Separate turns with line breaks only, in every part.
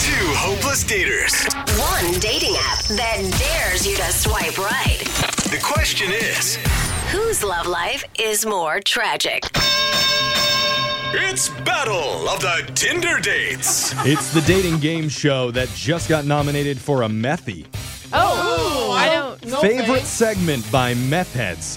Hopeless daters.
One dating app that dares you to swipe right.
The question is
Whose love life is more tragic?
it's Battle of the Tinder Dates.
It's the dating game show that just got nominated for a Methy.
Oh, I don't.
Favorite segment by meth heads.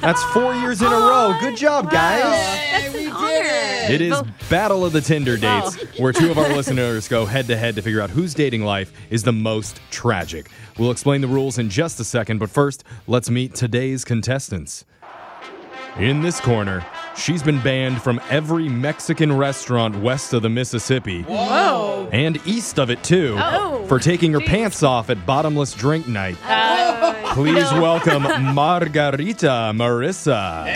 That's four years in a row. Good job, guys.
we did
It is Battle of the Tinder Dates, where two of our listeners go head to head to figure out whose dating life is the most tragic. We'll explain the rules in just a second, but first, let's meet today's contestants. In this corner, she's been banned from every Mexican restaurant west of the Mississippi.
Whoa.
and east of it too
Oh.
for taking her pants off at bottomless drink night.
Oh.
Please welcome Margarita Marissa.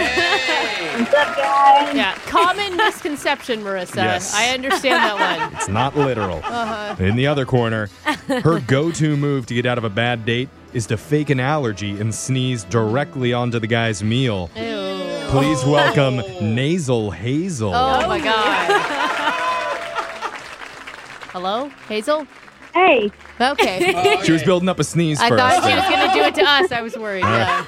Yeah. Common misconception, Marissa.
Yes.
I understand that one.
It's not literal.
Uh-huh.
In the other corner, her go-to move to get out of a bad date is to fake an allergy and sneeze directly onto the guy's meal.
Ew.
Please welcome Nasal Hazel.
Oh my god. Hello, Hazel.
Hey,
Okay.
She was building up a sneeze
I
first.
thought she
Yeah.
was gonna do it to us. I was worried. Yeah.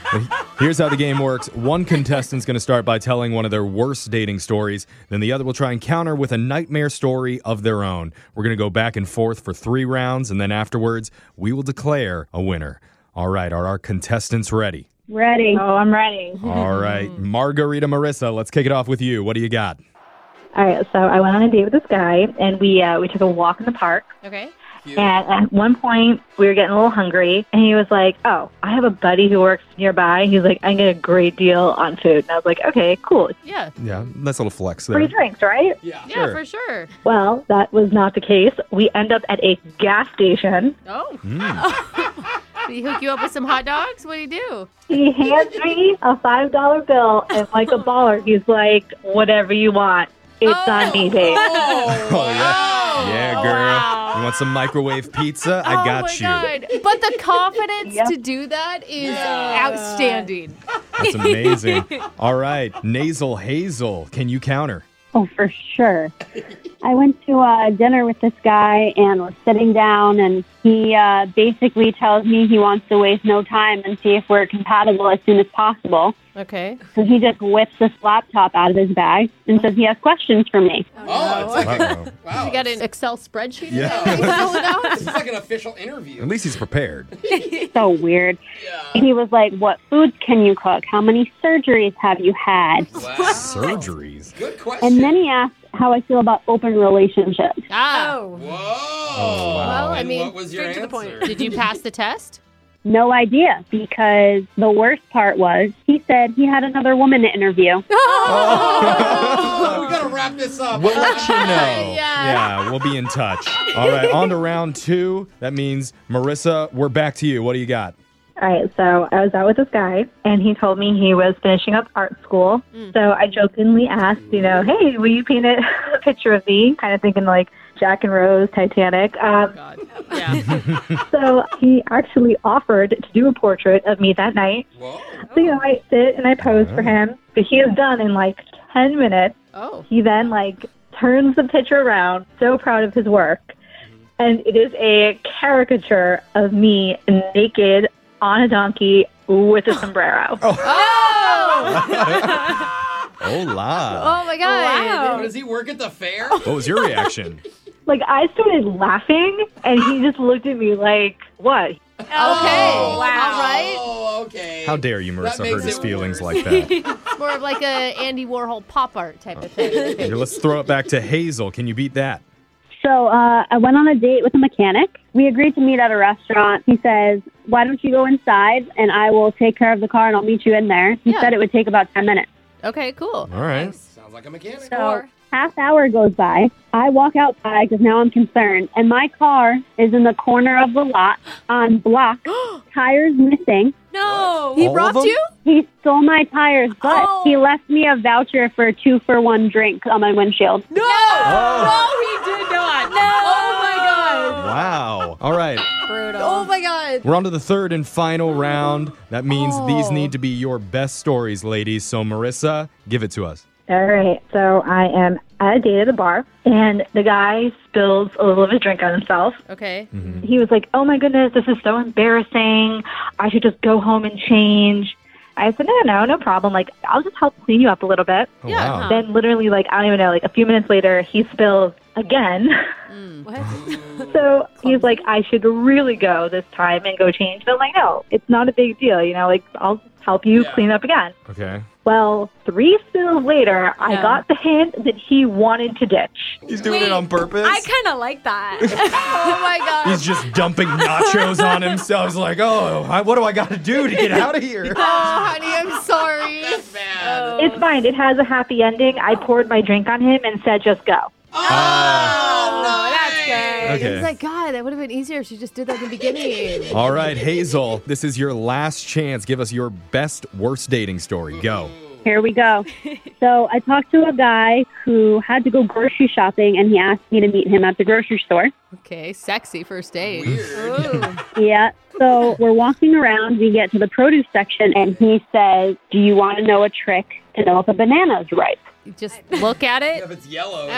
Here's how the game works. One contestant's going to start by telling one of their worst dating stories. Then the other will try and counter with a nightmare story of their own. We're going to go back and forth for three rounds, and then afterwards, we will declare a winner. All right, are our contestants ready?
ready. Oh, I'm ready.
All right,
Mm-hmm.
Margarita Marissa, let's kick it off with you. What do you got?
All right, so I went on a date with this guy, and we uh, we took a walk in the park.
Uh, Okay.
And at one point, we were getting a little hungry, and he was like, "Oh, I have a buddy who works nearby. He's like, I can get a great deal on food." And I was like, "Okay, cool.
Yeah.
Yeah, nice little flex
Free
there.
drinks, right?"
Yeah,
Sure.
for sure.
Well, that was not the case. We end up at a gas station.
Oh.
Mm.
Did he hook you up with some hot dogs? What would he do?
He hands me a five dollar bill, and like a baller, he's like, "Whatever you want, it's
Oh.
on me, babe."
Oh, yeah. Yeah, girl.
Wow.
You want some microwave pizza? I got
oh my
you.
god. But the confidence
Yep.
to do that is outstanding.
That's amazing. All right, Nasal Hazel, can you counter?
Oh, for sure. I went to uh, dinner with this guy and we're sitting down, and he uh, basically tells me he wants to waste no time and see if we're compatible as soon as possible.
Okay.
So he just whips this laptop out of his bag and says he has questions for me.
Oh, it's like,
Uh-oh.
wow.
You got an Excel spreadsheet?
Yeah.
Is that what that was?
This is like an official
At
interview.
least he's prepared.
So weird. He was like, What foods can you cook? How many surgeries have you had?
Wow.
Surgeries.
Good question.
And then he asked how I feel about open relationships.
Ah.
Oh,
Whoa.
wow. Well,
I
And
mean,
what was your
straight to
answer?
the point. Did you pass the test?
No idea because the worst part was he said he had another woman to interview.
Oh, we got to wrap this up.
We'll let you know.
Yeah.
we'll be in touch. All right, on to round two. That means, Marissa, we're back to you. What do you got?
All right, so I was out with this guy, and he told me he was finishing up art school.
Mm.
So I jokingly asked, you know, hey, will you paint a a picture of me? Kind of thinking like Jack and Rose, Titanic. Um,
Oh, God. Yeah.
so he actually offered to do a portrait of me that night.
Whoa.
So, you know, I sit and I pose for him, but he is done in like 10 minutes.
Oh.
He then like turns the picture around, so proud of his work. And it is a caricature of me naked on a donkey with a sombrero.
Oh.
Hola.
Oh my God.
Does he work at the fair?
What was your reaction?
Like I started laughing and he just looked at me like, "What?"
Okay.
Oh,
All right.
Oh, okay.
How dare you,
That
Marissa,
makes
hurt his
it
feelings
worse.
like that?
It's more of like a Andy Warhol pop art type of thing.
Here, let's throw it back to Hazel. Can you beat that?
So uh, I went on a date with a mechanic. We agreed to meet at a restaurant. He says, Why don't you go inside and I will take care of the car and I'll meet you in there? He
Yeah.
said it would take about 10 minutes.
Okay. Cool.
All right.
Sounds like a mechanic.
So
Sure.
half hour goes by. I walk outside because now I'm concerned. And my car is in the corner of the lot on block, tires missing.
No. He
All of
robbed
them?
you?
He stole my tires, but
Oh.
he left me a voucher for a two for one drink on my windshield.
No. No, he did not. No. Oh my God.
Wow. All right.
Brutal. Oh my God.
We're on to the third and final round. That means these
Oh.
need to be your best stories, ladies. So, Marissa, give it to us.
All right. So I am at a date at a bar, and the guy spills a little of his drink on himself.
Okay.
He was like, "Oh my goodness, this is so embarrassing. I should just go home and change." I said, "No, no, no problem. Like, I'll just help clean you up a little bit."
Oh,
Yeah,
wow.
huh.
Then, literally, like I don't even know. Like a few minutes later, he spills again.
What?
So he's like, I should really go this time and go change. And I'm like, no, it's not a big deal. You know, like I'll help you clean up again.
Okay.
Well, three spills later, I
Yeah.
got the hint that he wanted to ditch.
He's doing
Wait,
it on purpose.
I kind of like that.
oh my god.
He's just dumping nachos on himself. He's like, oh, I, what do I got to do to get out of here?
Oh, honey, I'm sorry.
That's bad.
Oh.
It's fine. It has a happy ending. I poured my drink on him and said, just go.
Oh, that's good.
Okay.
It's like, God, that would have been easier if she just did that in the beginning.
All right, Hazel, this is your last chance. Give us your best, worst dating story. Go.
Here we go. so I talked to a guy who had to go grocery shopping, and he asked me to meet him at the grocery store.
Okay, sexy first date.
Yeah. So we're walking around. We get to the produce section, and he says, "Do you want to know a trick to know if a banana's ripe?"
Ooh, just look at
If
it.
it's yellow, it's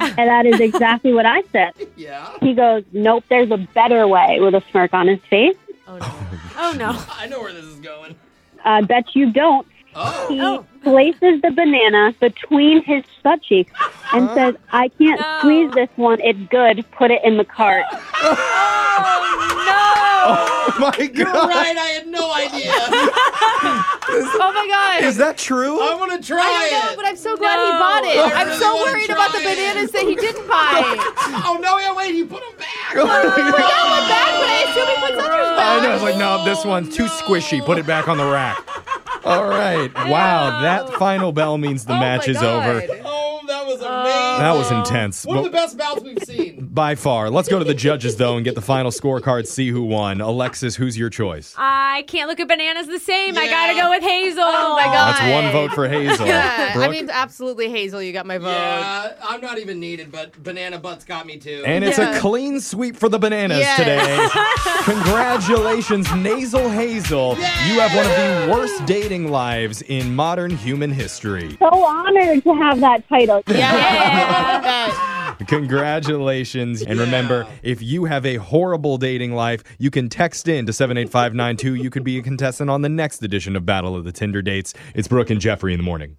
I- uh,
And that is exactly what I said.
good. Yeah.
He goes, "Nope, there's a better way," with a smirk on his face.
oh, no.
oh no.
I know where this is going.
I Uh, bet you don't.
Oh.
He places the banana between his butt cheeks and says, "I can't
No.
squeeze this one. It's good. Put it in the cart."
Oh my
You're
God.
right. I had no idea. I
oh my god.
Is that true?
want to try
No,
it.
but I'm so glad he
No.
bought it.
I
I'm
really
so
wanna
worried about the
try it.
bananas that he didn't buy.
Oh no! Yeah, wait. He put them back.
Oh Put back, but I assume he puts others back.
I know. It's like, no, this one's too squishy. Put it back on the rack. All right. Wow. That final bell means the
Oh my
match is
God.
over.
Oh, that was amazing.
That was intense.
One of
but-
the best bouts we've seen.
by far. Let's go to the judges, though, and get the final scorecard, see who won. Alexis, who's your choice?
I can't look at bananas the same. I
Yeah.
gotta go with Hazel. Oh
my God.
That's one vote for Hazel.
Yeah, I
Brooke?
mean, absolutely, Hazel, you got my vote.
Yeah, I'm not even needed, but banana butts got me too.
And it's a
Yeah.
clean sweep for the bananas
Yes.
today. Congratulations, Nasal Hazel. You have one of the worst dating lives in modern human history.
So honored to have that title.
Yeah. That-
Congratulations. And remember, if you have a horrible dating life, you can text in to 78592. You could be a contestant on the next edition of Battle of the Tinder Dates. It's Brooke and Jeffrey in the morning.